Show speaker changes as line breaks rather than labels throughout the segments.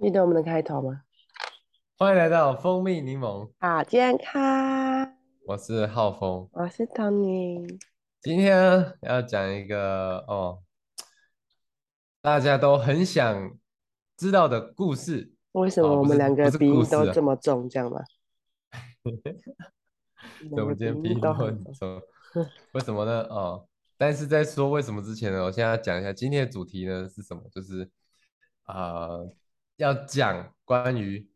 记得我们的开头吗？
欢迎来到蜂蜜柠檬，
好健康，
我是浩峰。
我是 Tony。
今天要讲一个哦，大家都很想知道的故事。
为什么我
哦不
们
是
两
不
个
是
鼻
故
音都
事啊
这么重，这样吗？
对，嗯我
两个
们今天
鼻
鼻
音
音
都
都
很
很
重。
重， 为什么呢？哦，但是在说为什么之前呢，我现在要讲一下今天的主题呢是什么，就是呃，要讲关于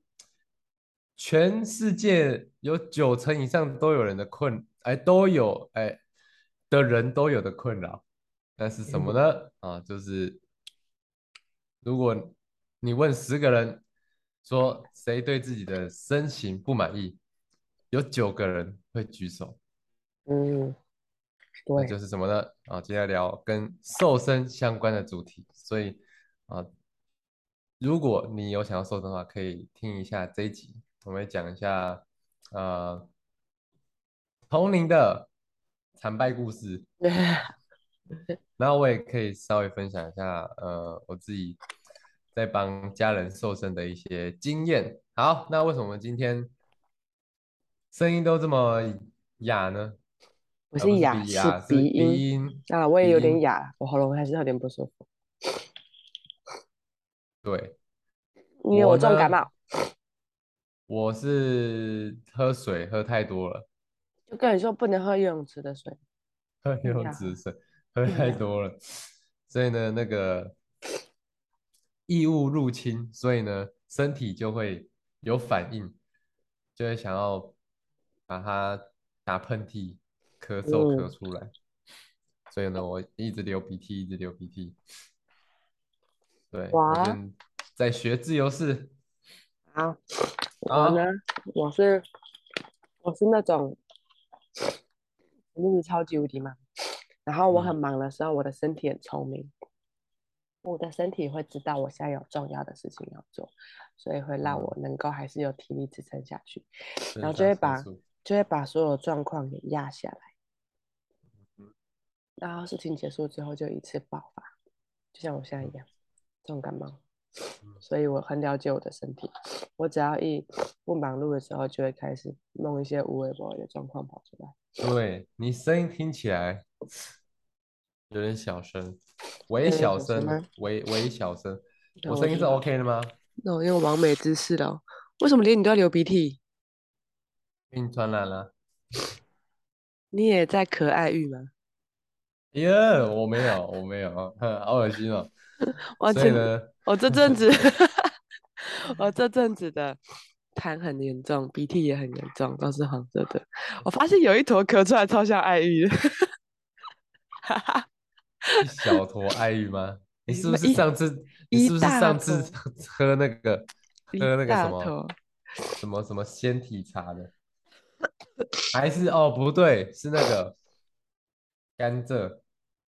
全世界有九成以上都有人的困，哎，都有哎的人都有的困扰，那是什么呢？啊，就是如果你问十个人说谁对自己的身形不满意，有九个人会举手，
嗯，
那
对，
就是什么呢？啊，接下来聊跟瘦身相关的主题，所以啊，如果你有想要瘦身的话，可以听一下这一集，我们会讲一下呃同龄的惨败故事。 然后我也可以稍微分享一下，呃，我自己在帮家人瘦身的一些经验。好，那为什么我们今天声音都这么哑呢？
不
呃
是哑，
鼻
是
哑，是
鼻音
鼻音。
啊，我也
鼻
有点
音
哑，我喉咙还是有点不舒服，
对，
因为我
我
重感
呢
冒。
我是喝水喝太多了，
就跟你说不能喝游泳池的水，
喝
那
油
要喝
脂水喝
那
太
要
多了，所以呢，那个异物入侵，所以呢，身体就会有反应，就会想要把它打喷嚏、咳嗽咳
嗯，
出来。所以呢，我一直流鼻涕，一直流鼻涕。对，我
哇，
正在学自由式。
好，我呢，
好，
我是我是那种我真的超级无敌忙，然后我很
嗯，
忙的时候，我的身体很聪明，我的身体会知道我现在有重要的事情要做，所以会让
嗯，
我能够还是有体力支撑下去，然
肾
后就
上
会
腺
把
素。
就会把所有状况给压下来，然后事情结束之后就一次爆发，就像我现在一
嗯
样，重感冒。
嗯
所以我很了解我的身体。我只要一不忙碌的时候，就会开始弄一些无微不微的状况跑出来。
对，你声音听起来有点小声，微
有点
小
小声
声，
吗？
微微小声。
对，
我
我
声音
知
是
道。
OK 的吗？
那我用完美姿势了哦。为什么连你都要流鼻涕？
被你传染了？
你也在可爱浴吗？
耶，我没有，我没有，哼，好恶心哦。
我
所以
真，
呢，
我这阵子 我这阵子的痰很严重，鼻涕也很严重，都是黄色的。我发现有一坨咳出来超像爱玉的， 哈哈，
一小坨爱玉吗？你是不
没
是
一
上次？你
一
是不是
大
上次
坨，
喝那个
一
喝那个什
大
么
坨。
什么什么仙体茶的？还是哦，不对，是那个甘蔗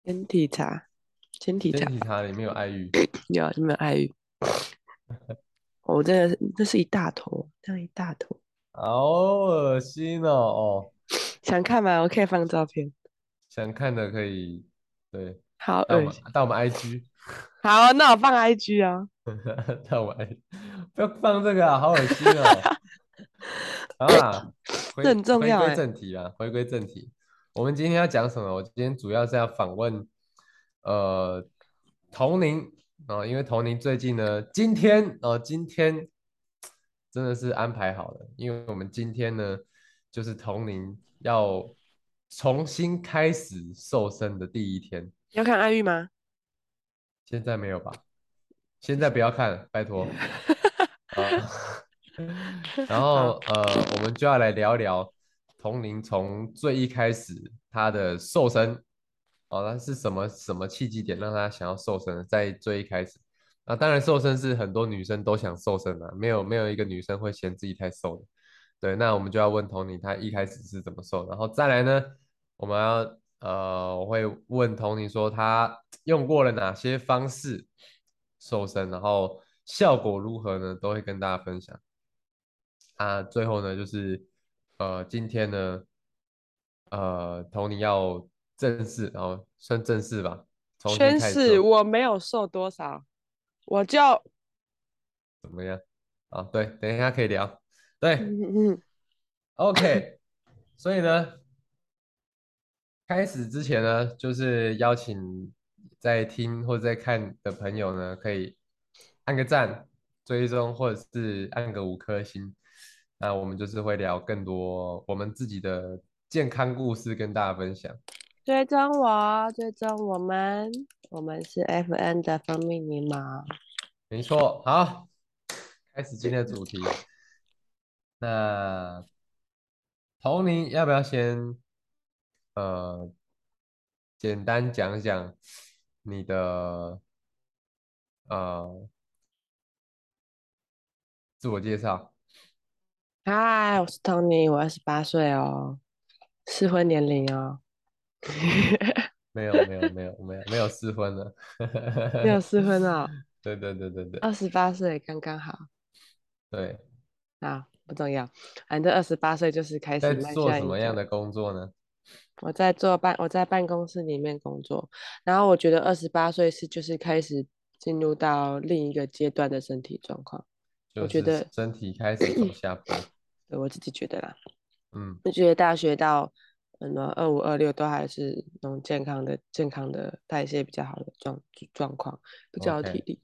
前体茶，前体
仙
茶
体茶里面有爱玉。
有你们爱 语，我真的是，这是一大坨，这样一大坨，
好恶心哦！哦，
想看吗？我可以放照片，
想看的可以，对，
好
到我
恶
们
心。
到我们 IG，
好，哦那我放 IG 啊、
到我们 IG，不要放这个啊，好恶心 哦！好啦，
这
回
很重
回
要
归
哎、
正题啦，回归正题，我们今天要讲什么？我今天主要是要访问，呃，童宁啊、因为童宁最近呢，今天哦、呃今天真的是安排好了，因为我们今天呢，就是童宁要重新开始瘦身的第一天，
你要看爱玉吗？
现在没有吧？现在不要看了，拜托。啊，然
好，
后呃，我们就要来聊聊童林从最一开始他的瘦身，哦，那是什么什么契机点让他想要瘦身呢？在最一开始，那当然瘦身是很多女生都想瘦身的，没有没有一个女生会嫌自己太瘦的。对，那我们就要问童林他一开始是怎么瘦，然后再来呢，我们要呃，我会问童宁说他用过了哪些方式瘦身，然后效果如何呢，都会跟大家分享。啊，最后呢，就是呃，今天呢，呃，童宁要正式，然后算正式吧，重新
宣
开始哦
誓
瘦。
我没有瘦多少，我就
怎么样？啊，对，等一下可以聊。对
嗯
，OK，所以呢，开始之前呢，就是邀请在听或者在看的朋友呢，可以按个赞、追踪，或者是按个五颗星。那我们就是会聊更多我们自己的健康故事跟大家分享。
追踪我，追踪我们，我们是 FN 的蜂蜜柠檬。
没错，好，开始今天的主题。那童宁要不要先呃简单讲讲你的呃自我介绍？
嗨，我是 Tony，我二十八岁哦，适婚年龄哦，
嗯没有，没有，没有，没有，没有失婚了。
没有哦适婚哦，
对对对对对
二十八岁刚刚好
对，
啊，不重要，反正二十八岁就是开始
在
迈
做
向
什
一
么
个
样的工作呢？
我在做办，我在办公室里面工作，然后我觉得二十八岁是就是开始进入到另一个阶段的身体状况，我
就
觉
是
得
身体开始走下坡。
对我自己觉得啦，
嗯，
我觉得大学到什么二五二六都还是那种健康的、健康的代谢比较好的状状况，比较有
OK
体力。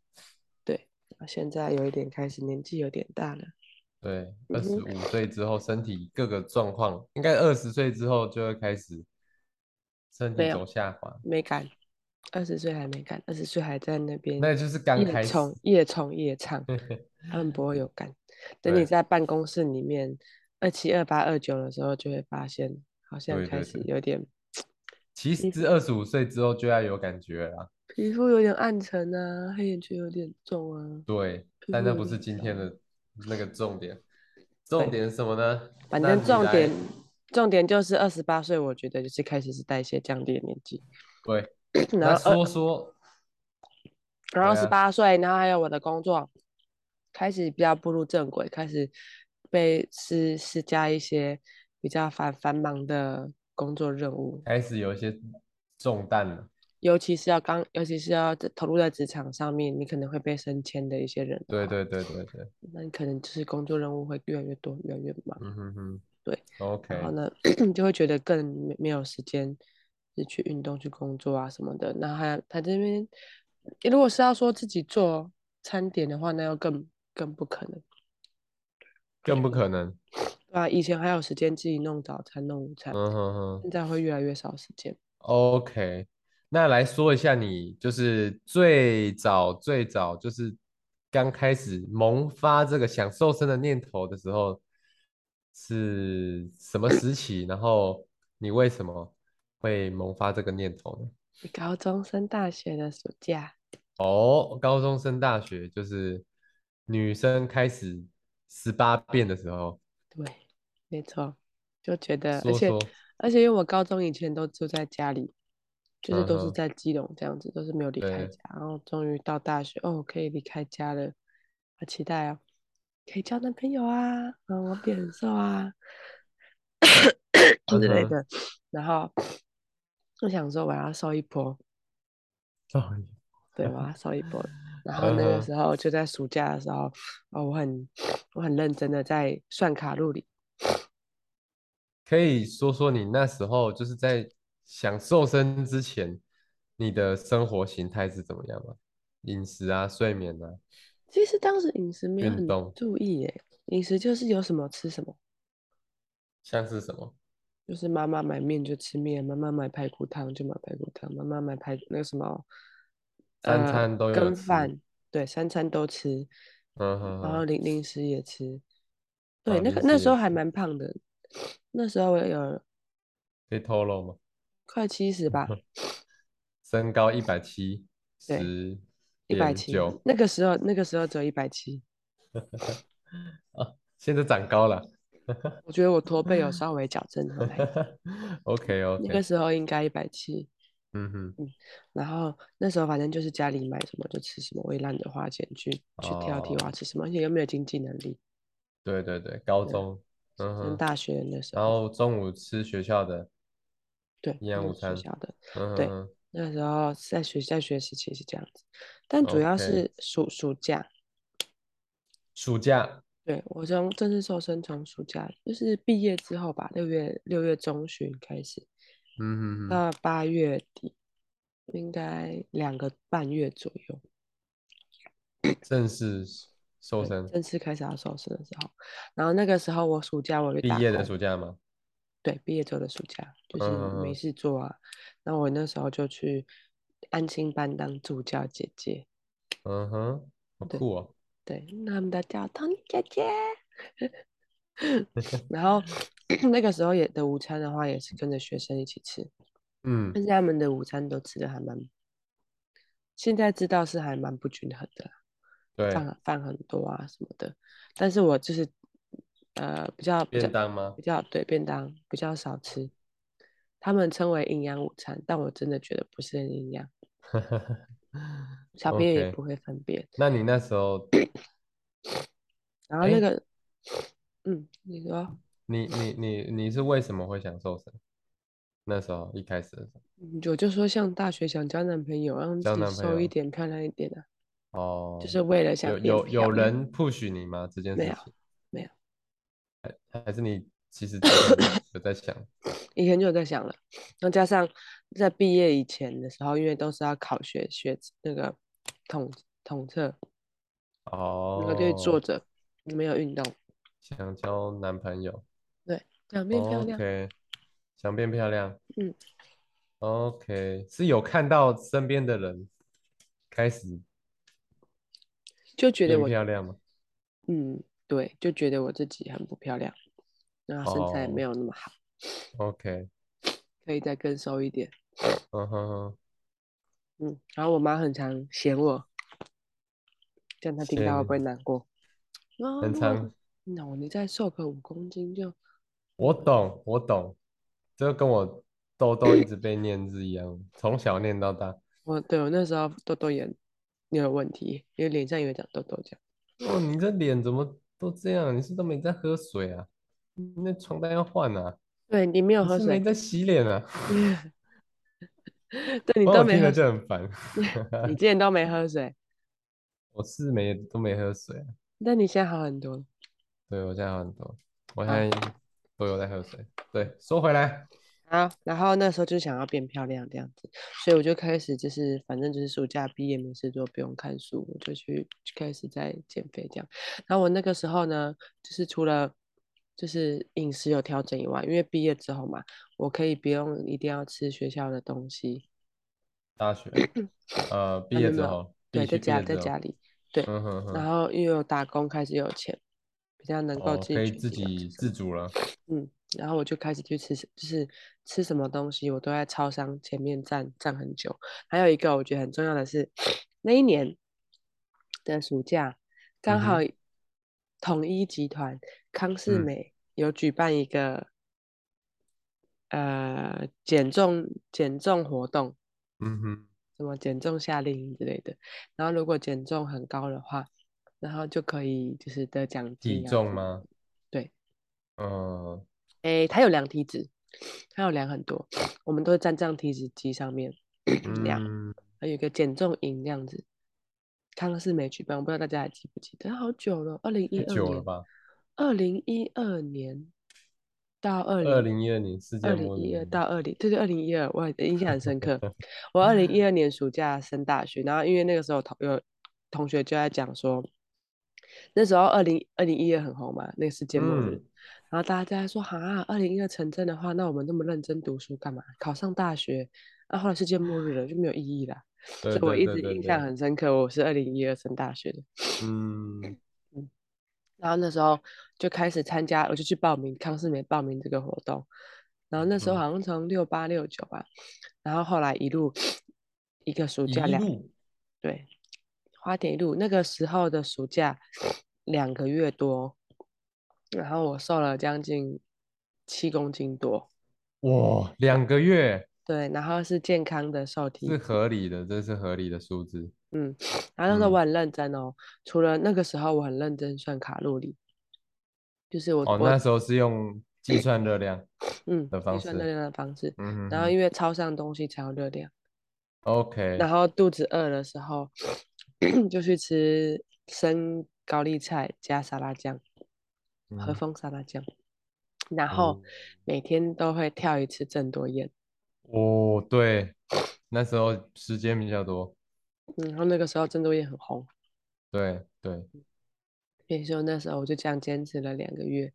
对，现在有一点开始年纪有点大了，
对，二
嗯
十
哼
五岁之后，身体各个状况，应该二十岁之后就会开始身
没
体
有
走下滑，
没感，二十岁还没感，二十岁还在那边
那就是刚
夜
开始。嗯
冲夜冲夜唱。他们不会有感。等
对
你在办公室里面二七、二八、二九的时候，就会发现好像
对
开
对
始
对
有点
其实二十五岁之后就要有感觉了啦，
皮肤有点暗沉啊，黑眼圈有点重啊。
对，
皮
但
肤
那
有
不是
点
今
重
天的那个重点，重
嗯啊对
点是什么呢？
反
那
正
你
重
来
点重点就是二十八岁，我觉得就是开始是代谢降低的年纪。
对，
然
那
后二
说说，
然后
对
十
啊
八岁，然后还有我的工作，开始比较步入正轨，开始被施施加一些比较繁繁忙的工作任务。
开始有一些重担了，
尤其是要刚，尤其是要在投入在职场上面，你可能会被升迁的一些人的
对
话，
对对对对，
那你可能就是工作任务会越来越多，越来越忙，
嗯哼哼，
对然
，OK，
后呢， 就会觉得更没没有时间是去运动、去工作啊什么的。那还他这边，如果是要说自己做餐点的话，那要更更不可能，
更不可能，
对吧、以前还有时间自己弄早餐、弄午餐，
嗯哼哼。
现在会越来越少时间。
OK，那来说一下你就是最早最早就是刚开始萌发这个想瘦身的念头的时候是什么时期？然后你为什么会萌发这个念头呢？
高中升大学的暑假，
哦，高中升大学就是女生开始十八变的时候，
对，没错，就觉得，而
说
且
说，
而且因为我高中以前都住在家里，就是都
嗯
是
哼
在基隆这样子，都是没有离开
对
家。然后终于到大学，哦，可以离开家了，好期待哦，可以交男朋友啊，嗯，我变很瘦啊之类
嗯哼
的。然后我想说我要瘦一波，
哦
对，我要瘦一 波。然后那个
嗯哼
时候就在暑假的时候，哦，我很我很认真的在算卡路里。
可以说说你那时候就是在想瘦身之前，你的生活形态是怎么样吗？饮食啊，睡眠啊，
其实当时饮食没有
运
很
动
注意耶，饮食就是有什么吃什么，
像是什么？
就是妈妈买面就吃面，妈妈买排骨汤就买排骨汤，妈妈买排那个什么，
三
呃，
餐都有
羹
吃
饭，对，三餐都吃，
嗯哼
然后
哼，
零零食也吃，
哦
对，那
零
个那
食
时
也
候还
吃
蛮胖的，那时候我有
可以透露吗？
快七十 吧，
身高一百七
对
十
一百
点
七，
九
那个时候那个时候只有一百七，
啊，现在长高了。
我觉得我驼背有稍微矫正 回来，
啊 OK
那个
OK，
时候应该一百七。
嗯哼，
然后那时候反正就是家里买什么就吃什么，我也懒得花钱去去挑剔我要
哦
吃什么，而且又没有经济能力。
对对对，高
对
中，嗯
上
哼，
大学那时
然
候，
后中午吃学校的
对，
营养
那
午
学
餐，
校的
嗯
对
哼哼
那时候在学在学时期是这样子，但主要
OK
是暑暑假
暑假
对，我从正式瘦身从暑假就是毕业之后吧，六月六月中旬开始，
嗯哼哼，
到八月底，应该两个半月左右，
正式瘦
对
身，
正式开始要瘦身的时候。然后那个时候我暑假我去
毕
打
业的
工
暑假吗？
对，毕业之后的暑假就是
嗯嗯
没
嗯
事做啊，然后我那时候就去安亲班当助教姐姐，
嗯哼，好
对
酷哦，
对，那他们都叫 Tony 姐 姐。然后 那个时候也的午餐的话，也是跟着学生一起吃，
嗯
但是他们的午餐都吃的还蛮，现在知道是还蛮不均衡的啦，
对，
饭饭很多啊什么的，但是我就是呃比较比较
便当吗
比？较对便当比较少吃，他们称为营养午餐，但我真的觉得不是很营养， 小朋友也
OK
不会分辨。
那你那时候，
然后那
哎
个，嗯，你说，
你你你你是为什么会想瘦身？那时候一开始的时候
嗯我就说像大学想交男朋友，让自
交
己
男朋
瘦一
友
点、漂亮一点啊，
哦，
就是为了想
有
变
有
漂
有
亮
人 push 你吗？这件
没
事
有
情
没有，
还还是你其实自己有在 想，
以前就有在想了，然后加上在毕业以前的时候，因为都是要考学学那个统统测，那个就是坐
哦，
着，没有运动，
想交男朋友
想变漂亮。
哦，OK，想变漂亮，
嗯
，OK，是有看到身边的人开始
就觉得
变
我，
漂亮吗？
嗯，对，就觉得我自己很不漂亮，然后身材也
哦
没有那么好，
OK，
可以再更瘦一点。
嗯哼哼，
嗯，然后我妈很常嫌我，这样她听
嫌
到会
你
不会难过？啊，
很
如
常
果，no，你再瘦个五公斤就，
我懂，我懂，这跟我痘痘一直被念是一样，从小念到大。
我对我那时候痘痘也也有问题，因为脸上有长痘痘这样。
哦，你这脸怎么都这样？你是不是都没在喝水啊？你那床单要换啊？
对你没有
你
喝
是没
水，
在洗脸啊？
对你
哦我
都没
听了
喝水，
就很烦。
你之前都没喝水，
我是没都没喝水啊，
但你现在好很多了。
对，我现在好很多，我
好
现在都有在喝水。对，说回来，
好，啊然后那时候就想要变漂亮这样子，所以我就开始就是反正就是暑假毕业没事做，不用看书，我就去开始在减肥这样。然后我那个时候呢，就是除了就是饮食有调整以外，因为毕业之后嘛，我可以不用一定要吃学校的东西，
大学，呃，毕
啊没
业
有没
之
有
后，必
对，在
须毕
家
业
在
之后
家，里，对，
嗯哼
然
哼，
后因为我打工开始有钱，比较能够
哦，
自
可
己
以
决
自
定要吃
己
什么。
自主了。
嗯，然后我就开始去吃什，就是吃什么东西，我都在超商前面站站很久。还有一个我觉得很重要的是， 那一年的暑假刚
嗯
好
哼
统一集团康世
嗯
美有举办一个呃减重减重活动，
嗯哼，
什么减重夏令营之类的。然后如果减重很高的话，然后就可以就是得奖
体
金啊
重
什么。
吗？
对，
嗯，
诶，它有量体脂，它有量很多，我们都是站这样体脂机上面量，
嗯，
还有一个减重营这样子。康世美举办，我不知道大家还记不记得，好久了，二零一
太
二
久了
年，
吧？
二零一二年到二
二
零
零一二年世界
二零
末
一二
日那
到二零，对对，二零一二，我很印象很深 刻。
年，
我二零一二年暑假升大学，然后因为那个时候同有同学就在讲说，那时候二零二零一二很红嘛，那个世界末日，
嗯，
然后大家就在说，哈，二零一二成真的话，那我们那么认真读书干嘛？考上大学，那、后来世界末日了就没有意义啦。所
对
以我
对
一
对
直
对
印象
对，
很深刻，我是二零一二升大学的，
嗯，
然后那时候就开始参加，我就去报名康世美报名这个活动，然后那时候
嗯，
好像从六八六九吧，然后后来一路一个暑假
一
两。
路，
对，花田一路那个时候的暑假两个月多，然后我瘦了将近七公斤多，
哇，两个月
对，然后是健康的瘦体
是
脂，
合理的，这是合理的数字，
嗯，然后那时候我
嗯，
很认真哦，除了那个时候我很认真算卡路里，就是我
哦，
我
那时候是用计算热量
嗯
的
计
方
算热
式，
量的方式，
嗯哼
然后
哼
因为超上东西才有热量。然
，OK，
后肚子饿的时候就去吃生高丽菜加沙拉酱，和
嗯
风沙拉酱，然后每天都会跳一次郑多燕。
哦，对，那时候时间比较多，
嗯然后那个时候郑多燕很红，
对对，
变说那时候我就这样坚持了两个月，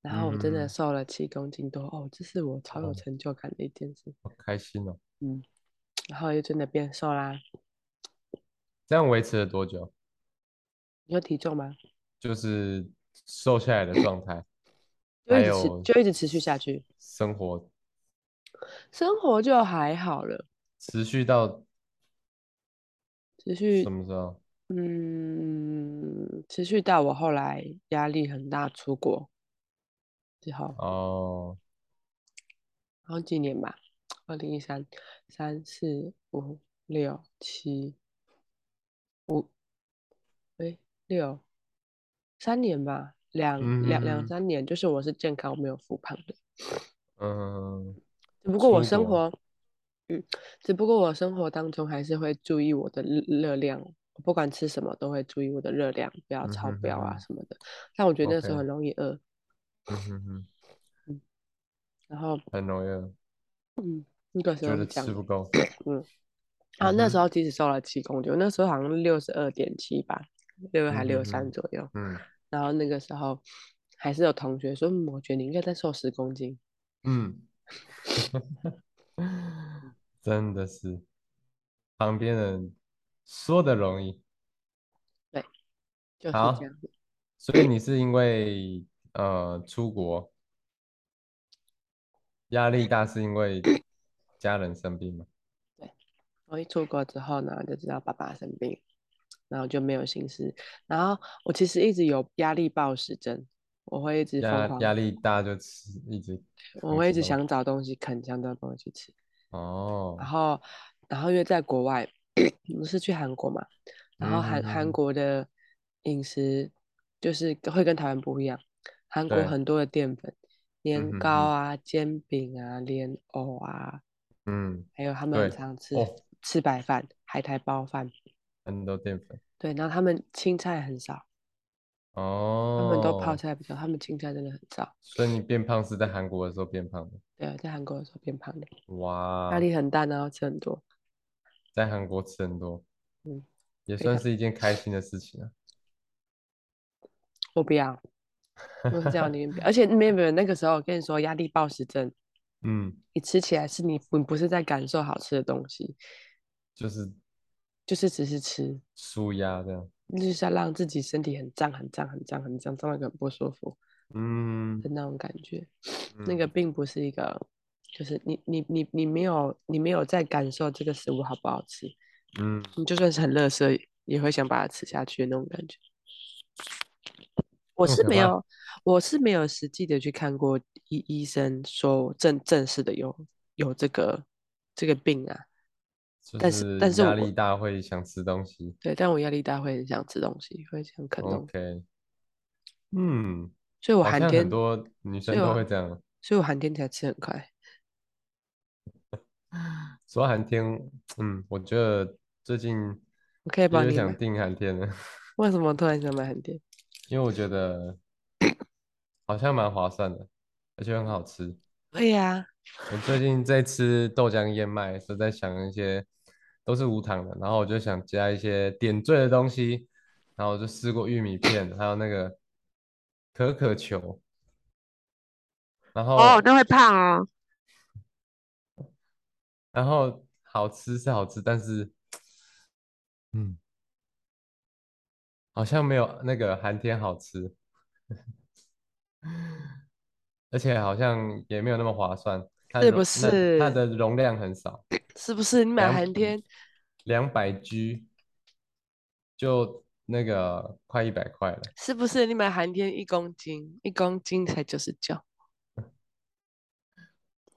然后我真的
嗯
瘦了七公斤多哦，这是我超有
哦
成就感的一件事。
好开心哦。
嗯，然后就真的变瘦啦。
这样维持了多久？
你有体重吗？
就是瘦下来的状态，
就
还
一直持，
有
就一直持续下去，
生活
生活就还好了，
持续到
持续
什么时候？
嗯，持续到我后来压力很大，出国之后，
哦，
然后几年吧，二零一三、三四五六七五，哎，六三年吧，两两两
嗯
三年，就是我是健康没有复胖的，
嗯，
只不过我
出
生
国
活，嗯，只不过我生活当中还是会注意我的热热量，我不管吃什么都会注意我的热量，不要
嗯
超
哼
标啊
哼
什么的。但我觉得那时候
OK
很容易饿，
嗯哼哼，
然后
很容易饿
嗯，那个时
觉
候
得
是这样
吃
的，
不够，
嗯，啊，
嗯
那时
哼
候即使瘦了七公斤，我那时候好像六十二点七吧，六
嗯
还
哼
六三
哼
左右。
嗯
然后那个时候还是有同学说，嗯，我觉得你应该再瘦十公斤。
嗯，真的是旁边人说的容易，
对，就是这
好
样。，
所以你是因为呃出国压力大，是因为家人生病吗？
我一出国之后呢，就知道爸爸生病，然后就没有心思。然后我其实一直有压力暴食症，我会一直疯
压
狂，
压力大就吃，一直
我
狂
会一直
吃东西
想找东西啃，想找东西吃。然
哦，
后，然后因为在国外，我是去韩国嘛，然后
嗯
韩
哼
韩
哼，
国的饮食就是会跟台湾不一样，韩国
对，
很多的淀粉，
嗯
年
哼
糕
哼，
啊、煎饼啊、莲藕啊，
嗯，
还有他们很
对，
常吃
哦，
吃白饭、海苔包饭，
很多淀粉，
对，然后他们青菜很少，他们都泡
哦，
菜比较，他们青菜真的很少。
所以你变胖是在韩国的时候变胖的，
对，在韩国的时候变胖的，压
哇，
力很大，然后吃很多，
在韩国吃很多，
嗯，
也
非
算
常，
是一件开心的事情啊。
我不 要。我是这样的，而且没有没有，那个时候我跟你说，压力暴食症，
嗯，
你吃起来是你你不是在感受好吃的东西，
就是
就是只是吃，
舒压这样，
就是要让自己身体很胀、很胀、很胀、很胀，胀到一个很不舒服
嗯
的那种感觉。那个
嗯，
并不是一个，就是你你你你没有你没有在感受这个食物好不好吃，
嗯，
你就算是很垃圾，也会想把它吃下去的那种感觉。我
这么
是
可
没
怕，
有，我是没有实际的去看过医医生说正正式的有有这个这个病啊，
就
但是但
是
是
压力
我
大会想吃东西。
对，但我压力大会很想吃东西，会想啃东西，
OK，嗯，
所以我
好
寒
像很
天，啊
多女
所以
生都
我
会这样。
所以我寒天才吃很快，
说寒天，嗯，我觉得最近
我可以
也
帮
有
你
想
买。
订寒天的，
为什么突然想买寒天？
因为我 觉得好像蛮划算的，而且很好吃。
对呀、
我最近在吃豆浆燕麦，所以在想一些都是无糖的，然后我就想加一些点缀的东西，然后我就试过玉米片，还有那个可可球，然
哦，
后
那会胖哦。
然后好吃是好吃，但是嗯，好像没有那个寒天好吃， 而且好像也没有那么划算，它
是不
容那它
是？
的容量很少，
是不是？你买
两
寒天，
两百 G 就那个快一百块了。
是不是？你买寒天一公斤，一公斤才九十九，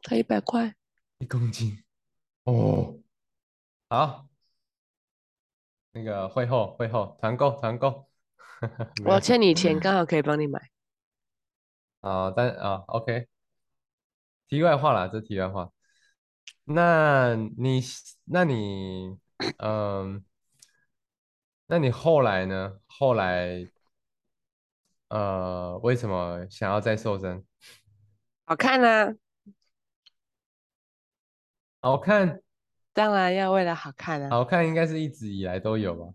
才一百块。
一公斤哦，好，那个会后会后团购团购， 没
我
有
欠你钱，刚好可以帮你买。
啊，但啊，OK，题外话啦，这题外话。那你那你嗯，那你后来呢？后来呃，为什么想要再瘦身？
好看啊，
好看，
当然要为了好看啊。
好看应该是一直以来都有吧？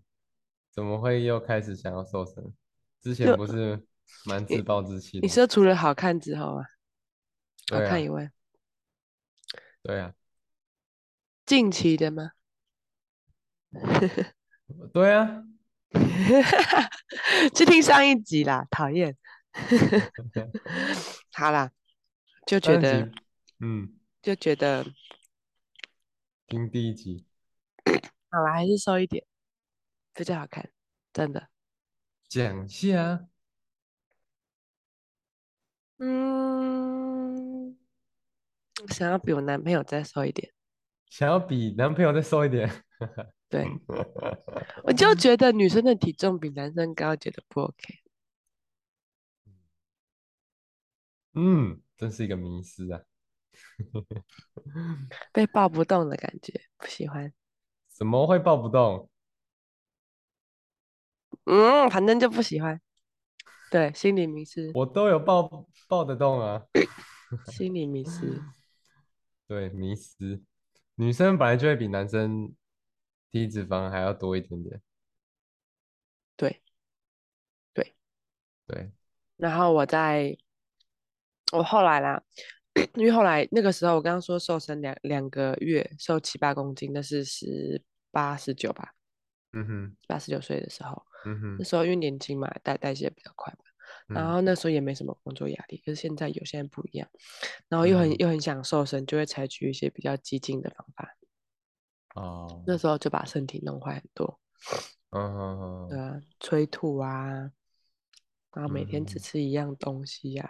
怎么会又开始想要瘦身？之前
就
不是蛮
你
自暴自弃的
你
吗？
说除了好看之后啊，好
对啊
看以外，
对啊，
近期的吗？
对啊，
去听上一集啦，讨厌。 好啦，就觉
上一
得
集嗯，
就觉得
听第一集，
好啦，还是瘦一点比较好看，真的。
讲一下，
嗯，想要比我男朋友再瘦一点，
想要比男朋友再瘦一点，
对我就觉得女生的体重比男生高，觉得不 OK。
嗯，真是一个迷思啊！
被抱不动的感觉，不喜欢。
怎么会抱不动？
嗯，反正就不喜欢。对，心理迷失，
我都有抱抱得动啊。
心理迷失。
对，迷失，女生本来就会比男生体脂肪还要多一点点。
对对
对，
然后我在，我后来啦，因为后来那个时候我刚刚说瘦身两两个月，瘦七八公斤，那是十八十九吧，
嗯哼，
八十九岁的时候，
嗯
那
哼，
时候因为年轻嘛，代代谢比较快嘛，然
嗯
后那时候也没什么工作压力，可是现在有，现在不一样，然后又很
嗯
又很想瘦身，就会采取一些比较激进的方法，
哦，
那时候就把身体弄坏很多，
嗯哼哼
对啊，催吐啊，然后每天只
嗯
吃一样东西呀、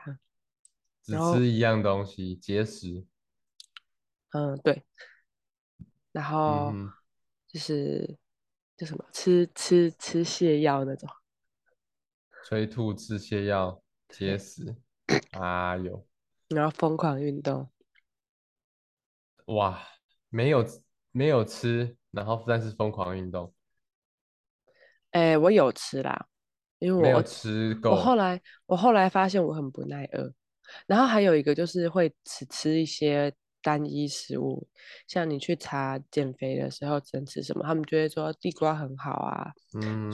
只
然后
吃一样东西，节食。
嗯，对，然后
嗯哼，
就是就什么吃吃吃泻药那种，
催吐、吃泻药、节
对，
食。啊有
然后疯狂运动，
哇，没有没有吃，然后但是疯狂运动，
哎，我有吃啦，因
没
为
有
我
吃
我后
够。
来我后来发现我很不耐饿，然后还有一个就是会只吃一些单一食物，像你去查减肥的时候只能吃什么，他们就会说地瓜很好啊，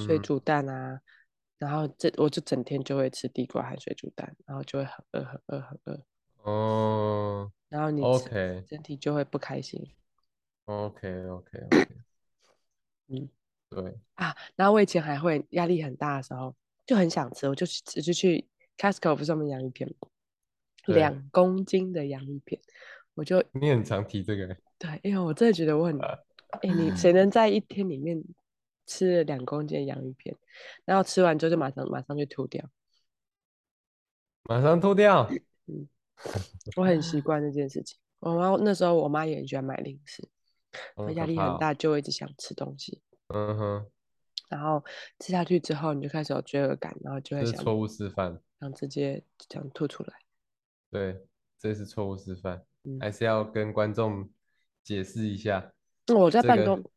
水
嗯，
煮蛋啊，然后这我就整天就会吃地瓜和水煮蛋，然后就会很饿很饿很饿，
哦
然后你吃
，OK，OK，OK。
身体就会不开心，嗯
对，
啊，然后我以前还会压力很大的时候就很想吃，我就去我就去 Costco 不是我们洋芋片吗？
对，
两公斤的洋芋片，我就
你很常提这个欸，
对，因为我真的觉得我很，
啊
哎、你
嗯
谁能在一天里面吃了两公斤的洋芋片，然后吃完之后就马上马上就吐掉？
马上吐 掉。
嗯，我很习惯这件事情。我妈那时候我妈也很喜欢买零食，她
好
压
可
力
怕
很
哦！
大，就会一直想吃东西，
嗯哼，
然后吃下去之后你就开始有罪恶感，然后就会
这是
想
错误示范，
想直接想吐出来。
对，这是错误示范，
嗯，
还是要跟观众解释一下
那嗯我在
这
办
个
公，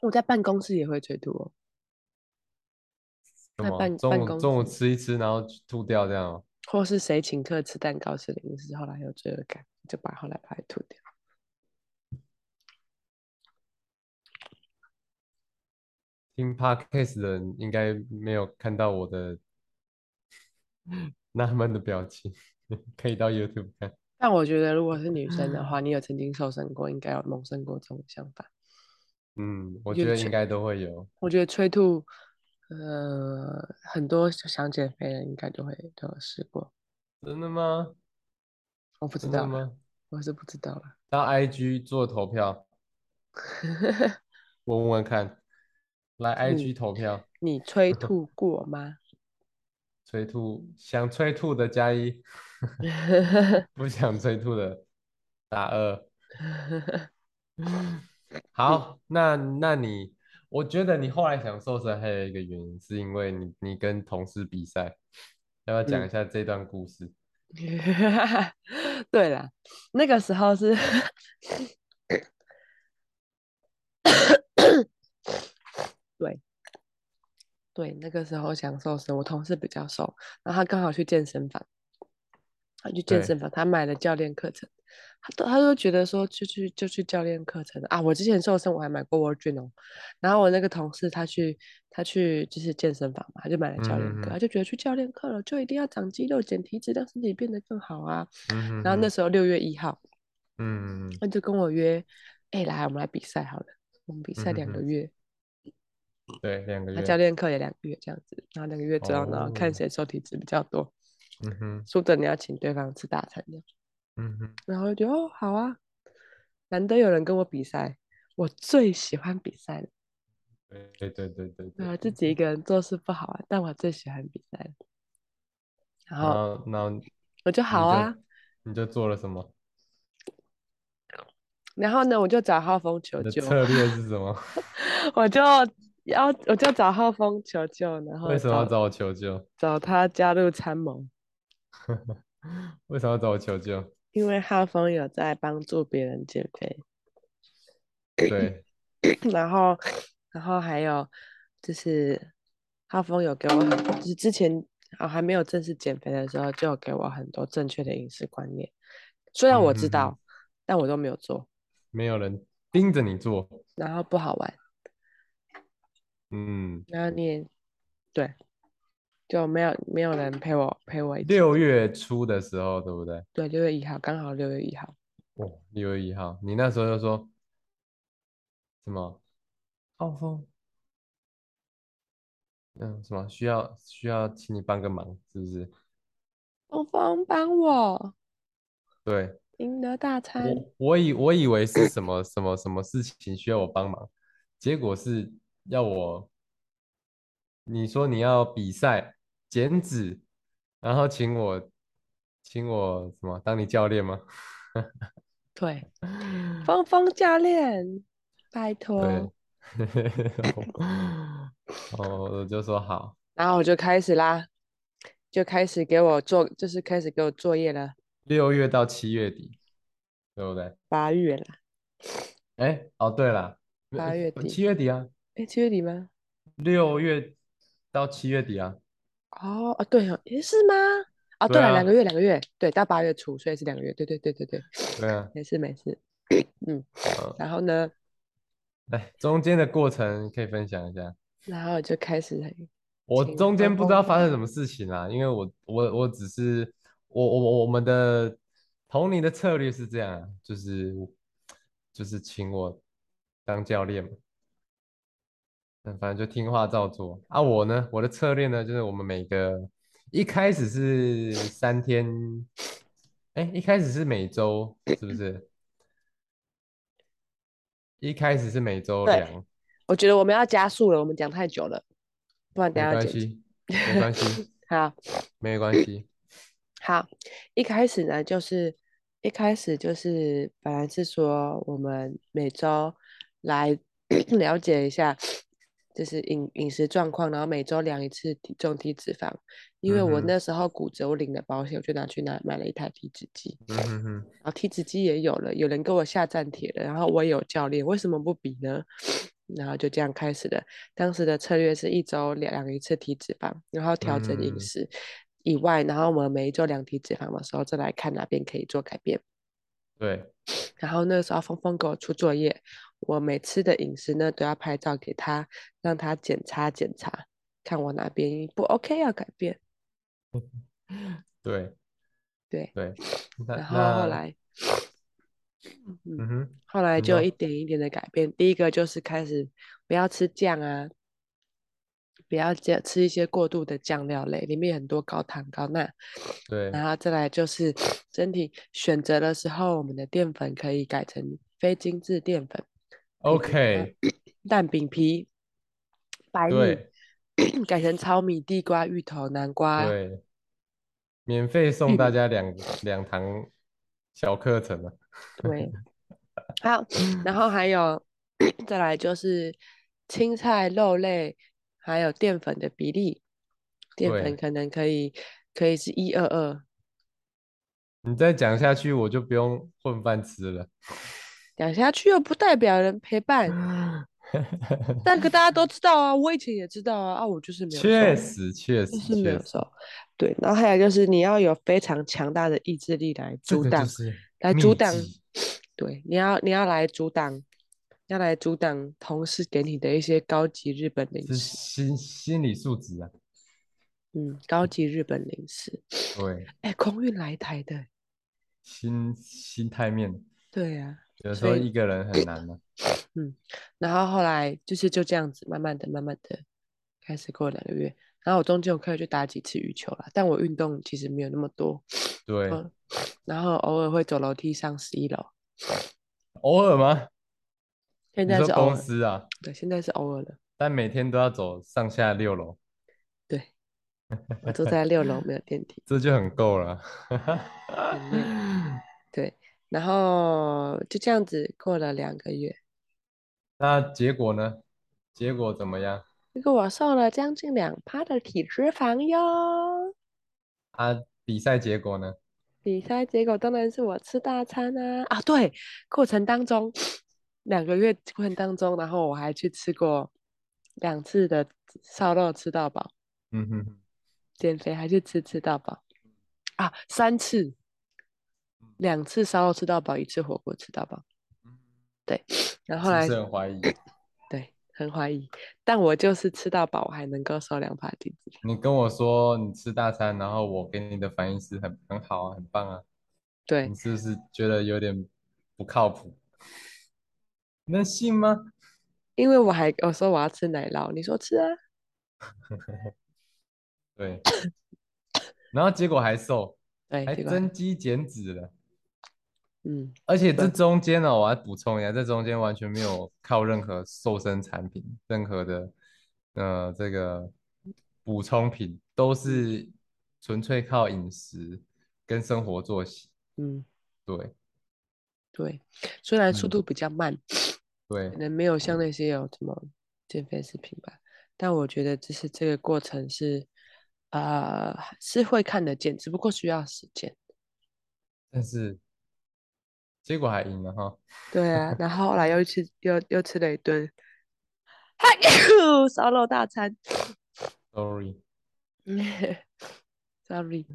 我在办公室也会催吐哦，
什
在
么，
办
中
办
午
公
中午
室。
吃一吃，然后去吐掉这样哦。
或是谁请客吃蛋糕吃零食，后来有罪恶感，就把后来把它吐掉。
听 podcast 的人应该没有看到 我的纳闷的表情， 可以到 YouTube 看。
但我觉得，如果是女生的话，你有曾经瘦身过，应该有萌生过这种想法。
嗯，
我
我
觉
觉
得
得应
催，
该都会有。
我觉得催吐，呃，很多想减肥的人应该都会都有试过。
真的吗？
我不知
真的
道啦，
吗？
我是不知道啦。
到 IG 做投票， 问问看，来
你
IG 投票。
你催吐过吗？
催吐，想催吐的加一，不想催吐的打二。
嗯，
好，那那你，我觉得你后来想瘦身还有一个原因，是因为你你跟同事比赛，要不要讲
嗯
一下这段故事？
对啦，那个时候是 对，对，那个时候想瘦身，我同事比较瘦，然后他刚好去健身房，他去健
对
身房，他买了教练课程，他都他都觉得说就去就去教练课程啊。我之前瘦身我还买过 Virgin 哦，然后我那个同事他去他去就是健身房嘛，他就买了教练
嗯嗯
课，
嗯
他就觉得去教练课了就一定要长肌肉、减体脂，让身体变得更好啊。
嗯
然后那
哼
时候六月一号，
嗯嗯
他就跟我约，哎、来我们来比赛好了，我们比赛
嗯
两
哼
个
哼
月。
对，两个
他
月，
教练课也两个月这样子，然后两个月之后呢，看
哦
谁瘦体脂比较多，
嗯哼
输的你要请对方吃大餐这样。
嗯哼，
然后我就觉得哦，好啊，难得有人跟我比赛，我最喜欢比赛
嗯
了。
对对对对
对
对对
啊，自己一个人做事不好啊，但我最喜欢比赛了。然
然
后
后然后你
我就哦好啊，
就你就做了什么？
然后呢，我就找浩峰求
你的
救，
策略是什么？
我就要我就找浩峰求救，然后
为什么要
找
找我求救？
找他加入参谋，
为什么要找我求救？
因为浩峰有在帮助别人减肥。
对，
然后，然后还有就是浩峰有给我很，就是之前啊、还没有正式减肥的时候，就有给我很多正确的饮食观念。虽然我
嗯
知
哼哼，
道，但我都没有做，
没有人盯着你做，
然后不好玩，
嗯，
然后你也对，就没有没有人陪我陪我一起。
六月初的时候，对不对？
对，六月一号刚好六月一号，
哦，六月一号，你那时候就说什么？浩峰，嗯，什么需要需要请你帮个忙，是不是？
浩峰哦帮我
对，
赢得大餐，
我我以我以为是什么什么什么事情需要我帮忙，结果是要我，你说你要比赛减脂，然后请我请我什么当你教练吗？
对， 峰峰教练，拜
对
托。，
哦， 我就说好，
然后我就开始啦，就开始给我做，就是开始给我作业了。
六月到七月底，对不对？
八月啦，
哎，哦，对了，没
八月底，
七月底啊，
哎，七月底吗？
六月到七月底啊，
哦，啊，对哦，诶，是吗？啊，
对
对了，两
啊，
个月，两个月，对，到八月初，所以是两个月。对对对对对，
对啊，
没事没事，嗯。
嗯。
然后呢，
来，中间的过程可以分享一下。
然后我就开始很
我
请
中
浩
间不知道
峰
发生什么事情啦，因为我我我只是我我我们的同龄的策略是这样啊，就是就是请我当教练嘛，那反正就听话照做啊。我呢，我的策略呢，就是我们每个一开始是三天，哎，一开始是每周是不是？一开始是每周
对，
量，
我觉得我们要加速了，我们讲太久了，不然等
没
下要
关
剪辑。
系，没关系。
好。
没关 系，
好，一开始呢，就是一开始就是本来是说我们每周来 了解一下，就是饮饮食状况，然后每周量一次体重、体脂肪。因为
嗯
我
哼，
那时候骨折，我领了保险，我就拿去拿买了一台体脂机，
嗯哼哼，
然后体脂机也有了，有人给我下站帖了，然后我也有教练，为什么不比呢？ 然后就这样开始的。当时的策略是一周量量一次体脂肪，然后调整饮
嗯
食以外，然后我们每一周量体脂肪的时候，再来看哪边可以做改变。
对，
然后那个时候峰峰给我出作业，我每次的饮食呢都要拍照给他，让他检查检查，看我哪边不 OK 要改变。
对，
对，
对，那
然后后
那，
来，嗯，
嗯哼，
后来
你
就一
说，
点一点的改变。第一个就是开始不要吃酱啊，不要加吃一些过度的酱料类，里面很多高糖高钠。
对，
然后再来就是 身体选择的时候，我们的淀粉可以改成非精致淀粉，比如说
OK，
蛋饼皮、白米
对，
改成糙米、地瓜、芋头、南瓜。
对，免费送大家两两堂小课程啊，
对，好，然后还有再来就是青菜、肉类，还有淀粉的比例，淀粉
对，
可能可以可以是一二二，
你再讲下去 我就不用混饭吃了，
讲下去又不代表人陪伴，但可大家都知道啊，我以前也知道啊，啊，我就是没有瘦，
确实，确实，
就是没
确
有
实，
瘦。对，然后还有就是你要有非常强大的意志力来
这
阻
个
挡，
就是
来
秘
阻挡
籍。
对，你要你要来阻挡，要来阻挡同事给你的一些高级日本零
是
食，
心心理素质啊。
嗯，高级日本零食。
对，
哎，空运来台的，
心心态面，
对呀、
有时
所
候
以
一个人很难啊的、
然后后来就是就这样子，慢慢的、慢慢的开始过了两个月，然后我中间我可以去打几次羽球啦，但我运动其实没有那么多，
对，
嗯，然后偶尔会走楼梯上十一楼，
偶尔吗？
现
你
在
说
是偶
公
尔，
司啊，
对，现在是偶尔了，
但每天都要走上下六楼，
对，我住在六楼，没有电梯，
这就很够了。
很累，对，然后就这样子过了两个月，
那结果呢？结果怎么样？
结果我瘦了将近两趴的体脂肪哟。
啊，比赛结果呢？
比赛结果当然是我吃大餐啊！啊，对，过程当中两个月过程当中，然后我还去吃过两次的烧肉吃到饱，
嗯哼哼，
减肥还去吃吃到饱啊，三次，
嗯
两次烧肉吃到饱，一次火锅吃到饱。然后后来
是不哦是很怀疑？
对，很怀疑，但我就是吃到饱，我还能够瘦两把体脂。
你跟我说你吃大餐，然后我给你的反应是很很好啊，很棒啊，
对
你，是不是觉得有点不靠谱？能信吗？
因为我还我说我要吃奶酪，你说吃啊？
对，然后结果还瘦，
对，
还
结果还
增肌减脂了，
嗯，
而且这
对
中间呢、我要补充一下，这中间完全没有靠任何瘦身产品，任何的呃这个补充品，都是纯粹靠饮食跟生活作息。
嗯，
对
对，虽然速
嗯
度比较慢。
对
可，能没有像那些有什么减肥食品吧，但我觉得就是这个过程是，呃，是会看得见，只不过需要时间。
但是结果还赢了哈。
对啊，然后后来又去又又吃了一 顿 烧肉大餐
Sorry，
，sorry，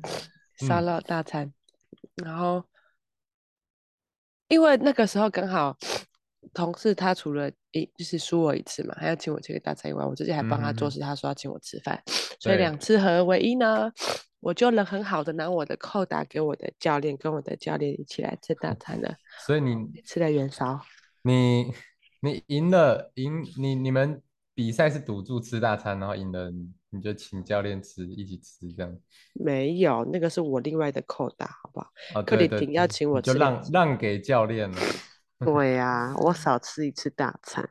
烧
嗯
肉大餐，然后因为那个时候刚好。同事他除了一就是输我一次嘛，他要请我吃个大餐以外，我最近还帮他
嗯哼
做
哼
事，他说要请我吃饭，所以
对
两次合为一呢，我就能很好的拿我的扣打给我的教练，跟我的教练一起来吃大餐了，
所以你
吃了元宵，
你你赢了，赢你你们比赛是赌注吃大餐，然后赢了你你就请教练吃，一起吃这样。
没有，那个是我另外的扣打，好不好？
啊，
克
对
里
对
廷要
对，
请
你
我
就
吃两
让
次，
让给教练了，嗯
对呀、我少吃一次大餐，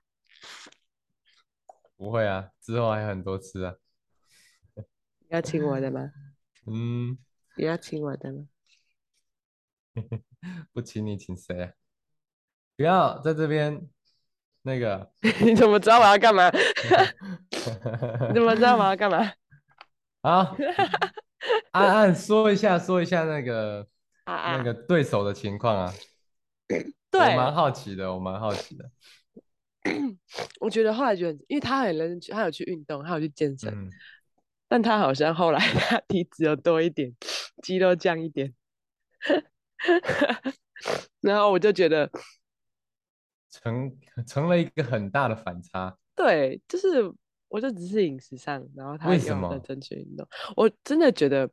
不会啊，之后还有很多次啊。
你要请我的吗？
嗯，
你要请我的吗？
不请你请谁啊？不要在这边那个，
你怎么知道我要干 嘛？你怎么知道我要干嘛？
好，暗暗说一下说一下 那个
啊
那
啊，
个对手的情况啊，我
对，
蛮好奇的，我蛮好奇的。
我觉得后来觉得，因为他很认真去，他有去运动，他有去健身，
嗯，
但他好像后来他体脂有多一点， 肌肉降一点， 然后我就觉得，
成成了一个很大的反差，
对，就是我就只是饮食上，然后他
为
也
什
有在
么？
争取运动，我真的觉得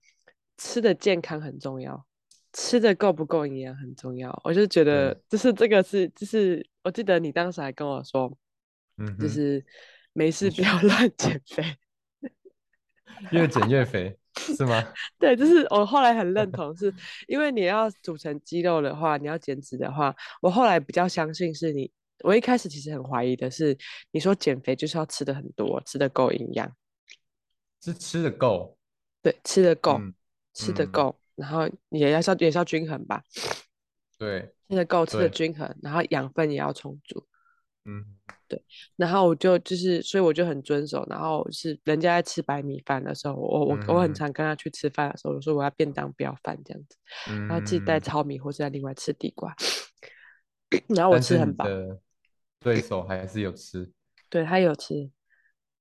吃的健康很重要，吃的够不够营养很重要，我就觉得
对，
就是这个是，就是我记得你当时还跟我说，
嗯
就
哼，
是没事
你
不
去
要乱减肥。
越减越肥是吗？
对，就是我后来很认同 是，因为你要组成肌肉的话，你要减脂的话，我后来比较相信是你。我一开始其实很怀疑的是，你说减肥就是要吃的很多，吃的够营养，
是吃的够，
对，吃的够，
嗯
吃的
嗯，
够，然后也要是要也是要均衡吧，
对
吃的够，吃的
对，
均衡，然后养分也要充足。
嗯，
然后我就就是，所以我就很遵守。然后是人家在吃白米饭的时候，我我
嗯
我很
哼
常跟他去吃饭的时候，我说我要便当不要饭这样子，然后自己带
嗯，
糙米或是再另外吃 地瓜。然后我
但
吃
是
很
你
饱，
的对手还是有吃，
对，他有吃，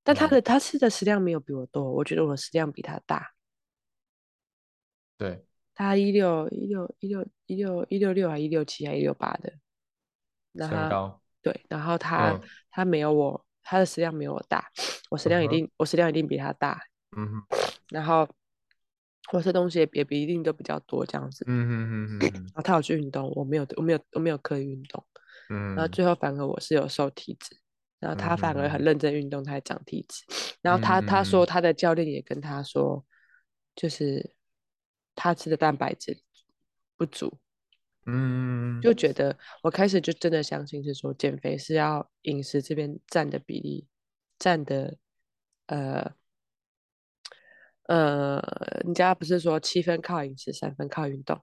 但他
嗯
的他吃的食量没有比我多，我觉得我的食量比他大。
对，
他一六一六一六一六一六六还一六七还一六八的，那
身
他
高，
对，然后他、
嗯
他没有我，他的食量没有我大，我食量一
嗯哼
定、我食量一定比他大，
嗯哼，
然后我吃东西也比也比一定都比较多这样子。
嗯哼哼哼哼
然后他有去运动，我没有，我没有，我没有刻意运动。
嗯，
然后最后反而我是有瘦体脂，然后他反而很
嗯
认真运动，他还长体脂。然后他他说
嗯
他的教练也跟他说，就是他吃的蛋白质不足，
嗯，
就觉得我开始就真的相信是说减肥是要饮食这边占的比例占的，呃呃，人家不是说七分靠饮食，三分靠运动。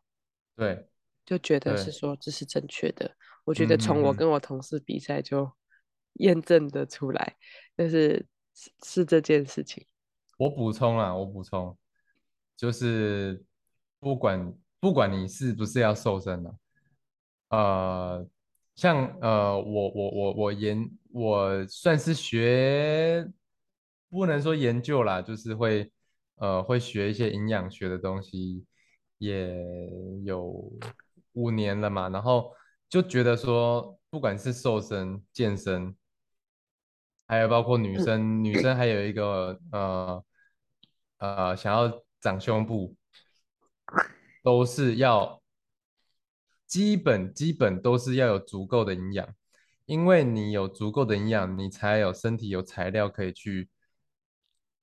对，
就觉得是
对
说这是正确的。我觉得从
嗯
我
哼
跟我同事比赛就验证的出来，就是是是这件事情。
我补充啦，我补充，就是不管不管你是不是要瘦身的，呃，像呃，我我我我研我算是学，不能说研究啦，就是会呃会学一些营养学的东西，也有五年了嘛，然后就觉得说，不管是瘦身、健身。还有包括女生，女生还有一个呃呃，想要长胸部，都是要基本基本都是要有足够的营养，因为你有足够的营养，你才有身体有材料可以去，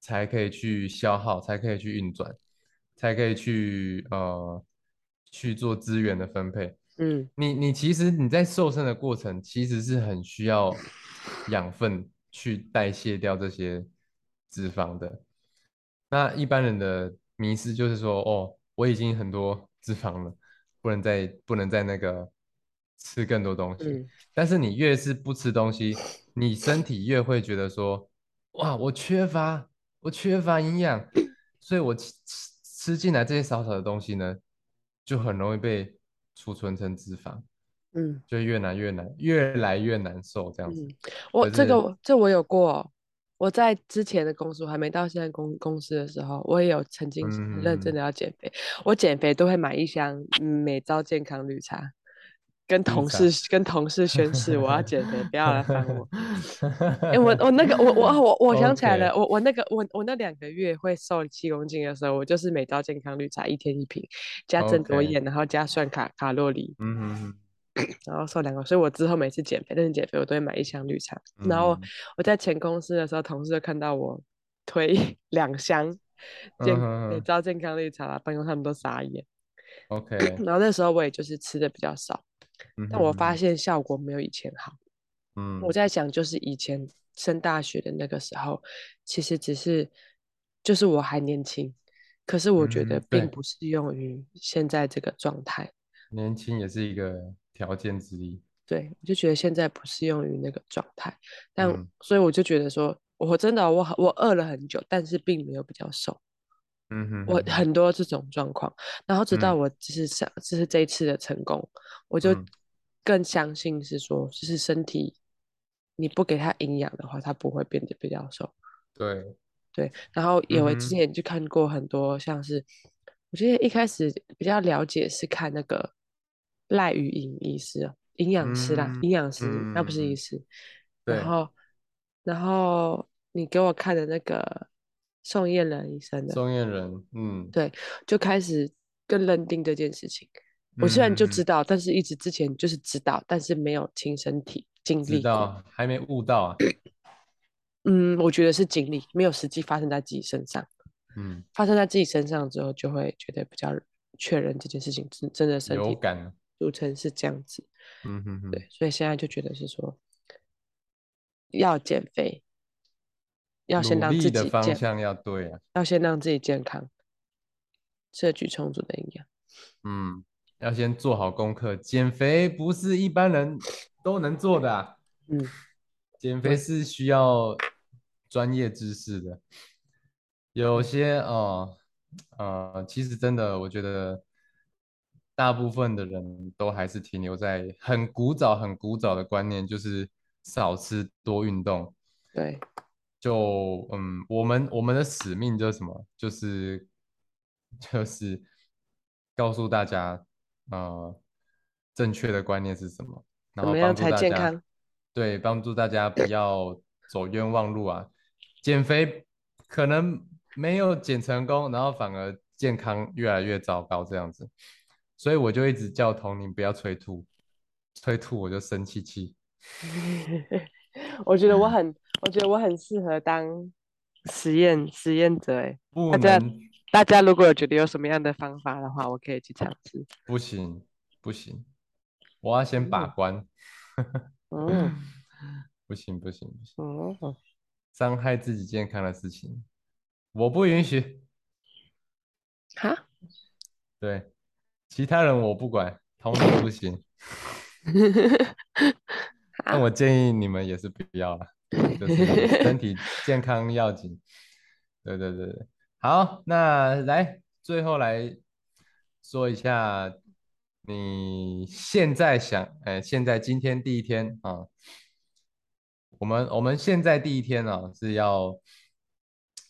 才可以去消耗，才可以去运转，才可以去呃去做资源的分配。
嗯，
你你其实你在瘦身的过程，其实是很需要养分去代谢掉这些脂肪的。那一般人的迷思就是说，哦，我已经很多脂肪了，不能再不能再那个吃更多东西。
嗯
但是你越是不吃东西，你身体越会觉得说，哇，我缺乏，我缺乏营养，所以我吃吃吃进来这些少少的东西呢，就很容易被储存成脂肪，
嗯
就越来越难，越来越难受这样子。
嗯，我
可
这
是
个我这我有过哦，我在之前的公司我还没到现在公公司的时候，我也有曾经很认真
嗯
的要减肥。我减肥都会买一箱嗯美招健康绿茶，跟
绿
同
茶
事跟同事宣 誓我要减肥，不要来烦我。哎、
嗯
我我那个我我啊我我想起来了，
OK
我我那个我我那两个月会瘦七公斤的时候，我就是每朝健康绿茶一天一瓶，加郑多
OK
燕，然后加算卡卡路里，
嗯哼哼
然后瘦两个。所以我之后每次减肥，但是减肥我都会买一箱绿茶。然后
嗯
我在前公司的时候，同事就看到我推 两箱健
嗯哼
每
哼
朝健康绿茶来办公室他们都傻眼。
，OK，
然后那时候我也就是吃的比较少，
嗯
但我
哼
发
哼，
现效果没有以前好。我
嗯
在想，就是以前升大学的那个时候，其实只是就是我还年轻，可是我觉得
嗯，
并
对，
不适用于现在这个状态。
年轻也是一个条件之一。
对，我就觉得现在不适用于那个状态，但
嗯
所以我就觉得说，我真的哦我我饿了很久，但是并没有比较瘦。
嗯哼
我
哼哼，
很多这种状况，然后直到
嗯
我就是上，就是这一次的成功，我就
嗯
更相信是说，就是身体你不给它营养的话，它不会变得比较瘦。
对，
对，然后
嗯
有之前
哼，
也去看过很多，像是我记得一开始比较了解是看那个赖宇颖医师哦，营养师啦，
嗯
营养师，那不是医
嗯，
师。然
对，
后，然后你给我看的那个宋燕人医生的，
中年人，嗯
对，就开始更认定这件事情。我虽然
嗯
就
哼
知
哼，
道，但是一直之前就是知道，但是没有亲身体经
知
历过。
道还没悟到啊，
嗯，我觉得是经历，没有实际发生在自己身上。
嗯，
发生在自己身上之后，就会觉得比较确认这件事情真真的身
有
体
感啊，
组成是这样子。
嗯哼哼，
对，所以现在就觉得是说要减肥，要先
努
让自
力的
己
方
健，
向要对啊，
要先让自己健康，摄取充足的营养。
嗯，要先做好功课，减肥不是一般人都能做的啊，
嗯，
减肥
对，
是需要专业知识的，有些哦，呃，其实真的，我觉得大部分的人都还是停留在很古早、很古早的观念，就是少吃多运动。
对，
就嗯，我们我们的使命就是什么？就是 就是告诉大家，呃，正确的观念是什么，
怎
然后
么
帮
样
助
才
大
健
家，
康
对，帮助大家不要走冤枉路啊。减肥可能没有减成功，然后反而健康越来越糟糕这样子，所以我就一直叫童宁不要催吐，催吐我就生气气。
我觉得我
嗯
很，我觉得我很适合当实验实验者诶。
不
大家
能
大家如果有觉得有什么样的方法的话，我可以去尝试。
不行，不行，我要先把
嗯
关。
嗯
不行，不行，不行，
嗯，
伤害自己健康的事情，我不允许。
哈，
对，其他人我不管，同理不行。但我建议你们也是不要了，就是身体健康要紧。对对对对，好，那来最后来说一下，你现在想，哎，现在今天第一天啊，我们我们现在第一天啊是要，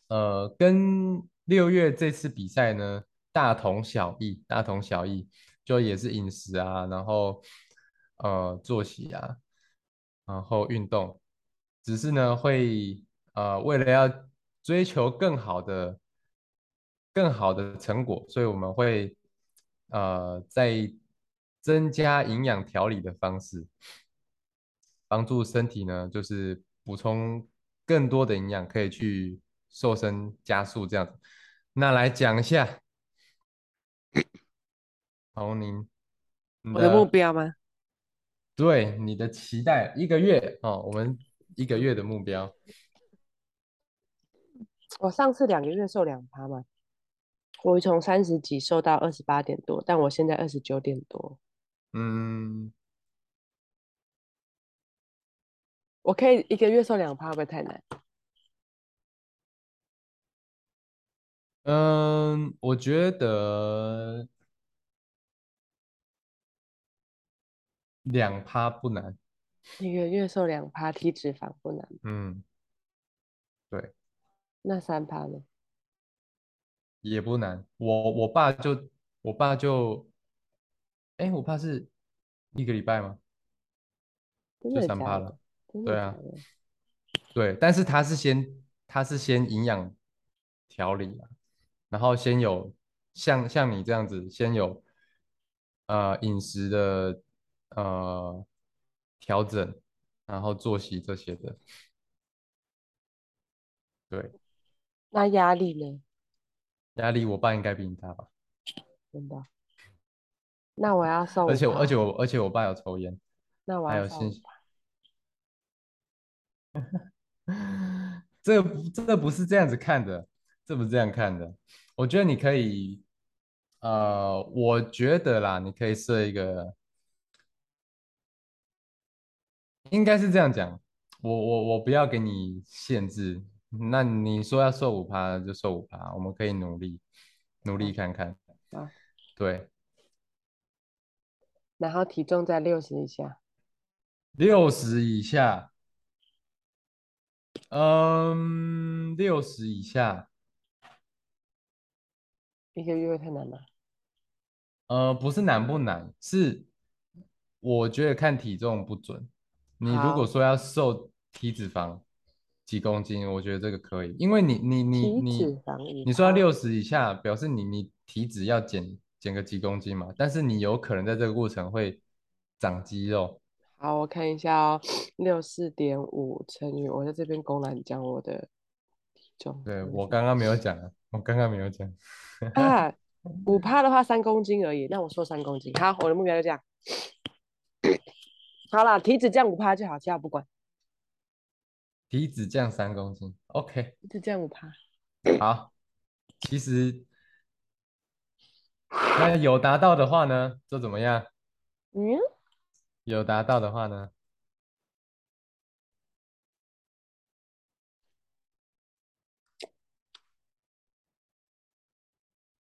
呃，跟六月这次比赛呢大同小异，大同小异，就也是饮食啊，然后呃作息啊，然后运动，只是呢会呃为了要追求更好的更好的成果，所以我们会呃在增加营养调理的方式，帮助身体呢就是补充更多的营养，可以去瘦身加速这样子。那来讲一下，好，您你
我 的目
的
标吗？
对你的期待一个月哦，我们一个月的目标，
我上次两个月瘦两趴嘛，我从三十几瘦到二十八点多，但我现在二十九点多，
嗯，
我可以一个月瘦两趴，会不会太难？
嗯，我觉得两趴不难，
一个月瘦两趴，体脂肪不难，
嗯，对，
那三趴呢？
也不难。我我爸就我爸就，哎，我爸是一个礼拜吗？
真
就
的
三
假
趴
的
了，？
真的
对
假
啊，
的？
对，但是他是先他是先营养调理啊，然后先有像像你这样子，先有呃饮食的呃调整，然后作息这些的，对，
那压力呢？
压力我爸应该比你大吧，
真的？那哦我要瘦
而
五
且我而且
趴，
我而且我爸有抽烟，
那我
还
要
有
瘦
信
五
息，这不这不是这样子看的，这不是这样看的，我觉得你可以，呃，我觉得啦，你可以设一个。应该是这样讲，我我我不要给你限制，那你说要瘦五趴就瘦五趴，我们可以努力努力看看，
趴啊，
对，
然后体重在六十以下。
六十以下，嗯，六十以下，
一个月太难了，
呃，不是难不难，是我觉得看体重不准，你如果
好，
说要瘦体脂肪几公斤，我觉得这个可以，因为你你你
体
你
脂肪五
你说要
趴，
六十以下，表示你你体脂要减减个几公斤嘛，但是你有可能在这个过程会长肌肉，
好，我看一下哦，六四点五乘以，我在这边公然讲我的体重，
对，
等一
我
下
刚刚没有讲啊，我刚刚没有讲，
啊，五趴的话三公斤而已，那我说三公斤，好，我的目标就这样， 好啦，体脂降五趴就好，其他我不管，
体脂降三公斤，OK，
体脂降五趴，
好，其实那有达到的话呢，就怎么样？
嗯，
有达到的话呢？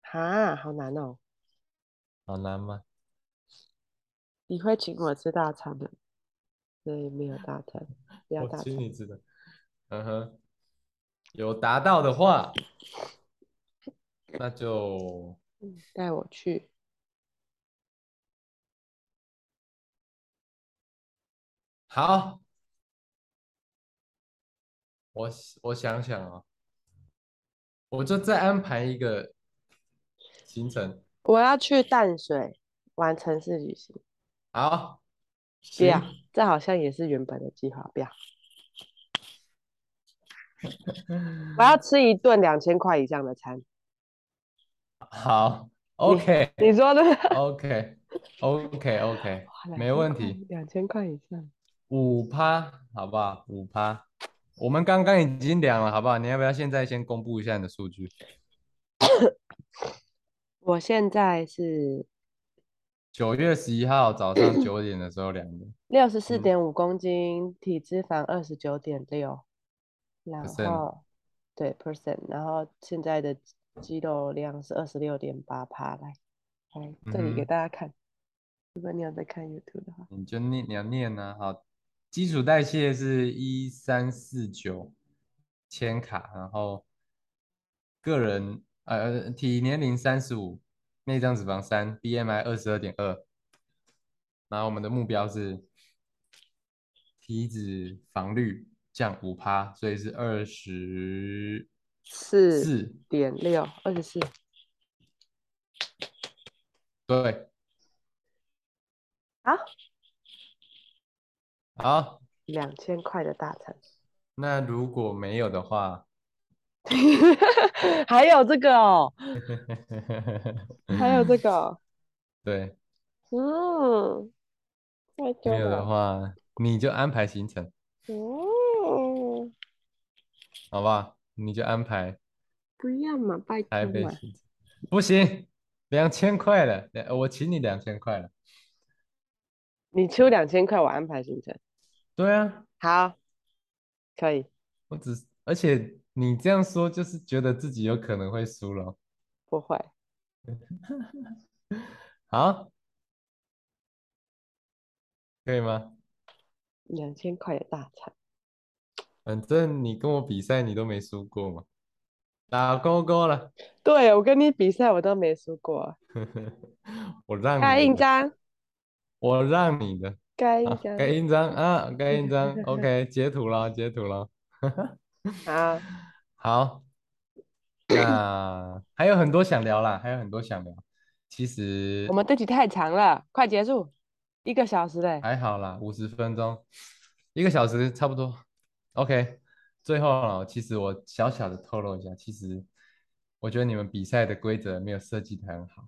哈，好难哦，
好难吗？
你会请我吃大餐的，所以没有大餐，不要
我
大
请
餐，
你吃的，嗯哼，有达到的话，那就
嗯带我去。
好。我我想想啊、我就再安排一个行程。
我要去淡水玩城市旅行，
好，
不要
行，，
啊这好像也是原本的计划， 不要。我要吃一顿两千块以上的餐，
好，OK，
你说呢？
OK OK OK，没问题，
两千块以上，
五趴，好不好？五趴，我们刚刚已经量了，好不好？你要不要现在先公布一下你的数据？
我现在是
九月十一号早上九点的时候量的
六十四
嗯
点五公斤，体脂肪二十九点六，然
Percent
后对 percent，然后现在的肌肉量是二十六点八趴，来，来这里
嗯
给
哼
大家看，如果你有在看 YouTube 的话，
你就念，你要念呢、好，基础代谢是一三四九千卡，然后个人呃体年龄三十五，内脏脂肪三，BMI 二十二点二。然后我们的目标是体脂肪率降五趴，所以是二十
四
四。
点六，二十四，
对，
好，
好，
两千块的大餐，
那如果没有的话，
还有这个哦，
嗯
还有这个哦，
对，
嗯，太
没
多
有的
了，
话，你就安排行程，
嗯，
好不好？你就安排
不要嘛，拜
台
托
北
嘛，
行程。不行，两千块了，两我请你两千块了。
你出两千块，我安排行程。
对啊，
好，可以，
我只是，而且你这样说，就是觉得自己有可能会输了。
不会。
好，可以吗？
两千块的大餐，
反正你跟我比赛，你都没输过嘛，打勾勾了。
对我跟你比赛，我都没输过。
我让
盖
你
印
的，
章，
我让你的。
盖印
啊，
章，
盖印章啊，盖印章 ，OK，截图了，截图了。
好，
好， 那还有很多想聊啦，还有很多想聊。其实
我们这集太长了，快结束，一个小时嘞。
还好啦，五十分钟，一个小时差不多。OK，最后了，其实我小小的透露一下，其实我觉得你们比赛的规则没有设计的很好。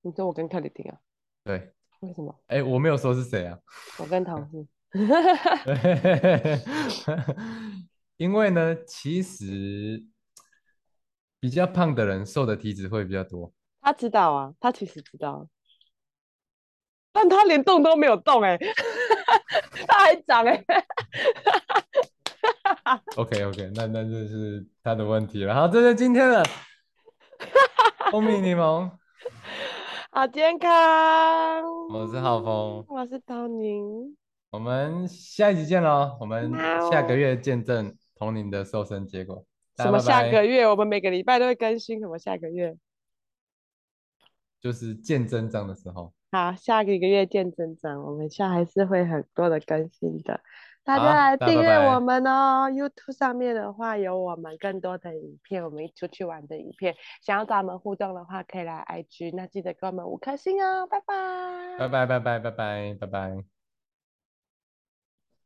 你说我跟克里汀啊？
对，
为什么？
哎，我没有说是谁啊。
我跟同事。
因为呢，其实比较胖的人瘦的体脂会比较多。
他知道啊，他其实知道啊，但他连动都没有动哎、 他还长哎、
OK OK，那那这是他的问题了。好，这是今 天的蜂蜜柠檬，
好健康。
我是浩峰
我是陶宁，
我们下一集见喽。我们下个月见证童宁的瘦身结果。大
什
家
么
拜
下
拜
个月？我们每个礼拜都会更新。什么下个月？
就是见真章的时候。
好，下个一个月见增长，我们下还是会很多的更新的，大家
好
来
大家
订
拜
阅我
拜
们哦。YouTube 上面的话有我们更多的影片，我们一出去玩的影片。想要找我们互动的话，可以来 IG，那记得给我们五颗星哦，拜拜。
拜拜拜拜拜拜拜拜。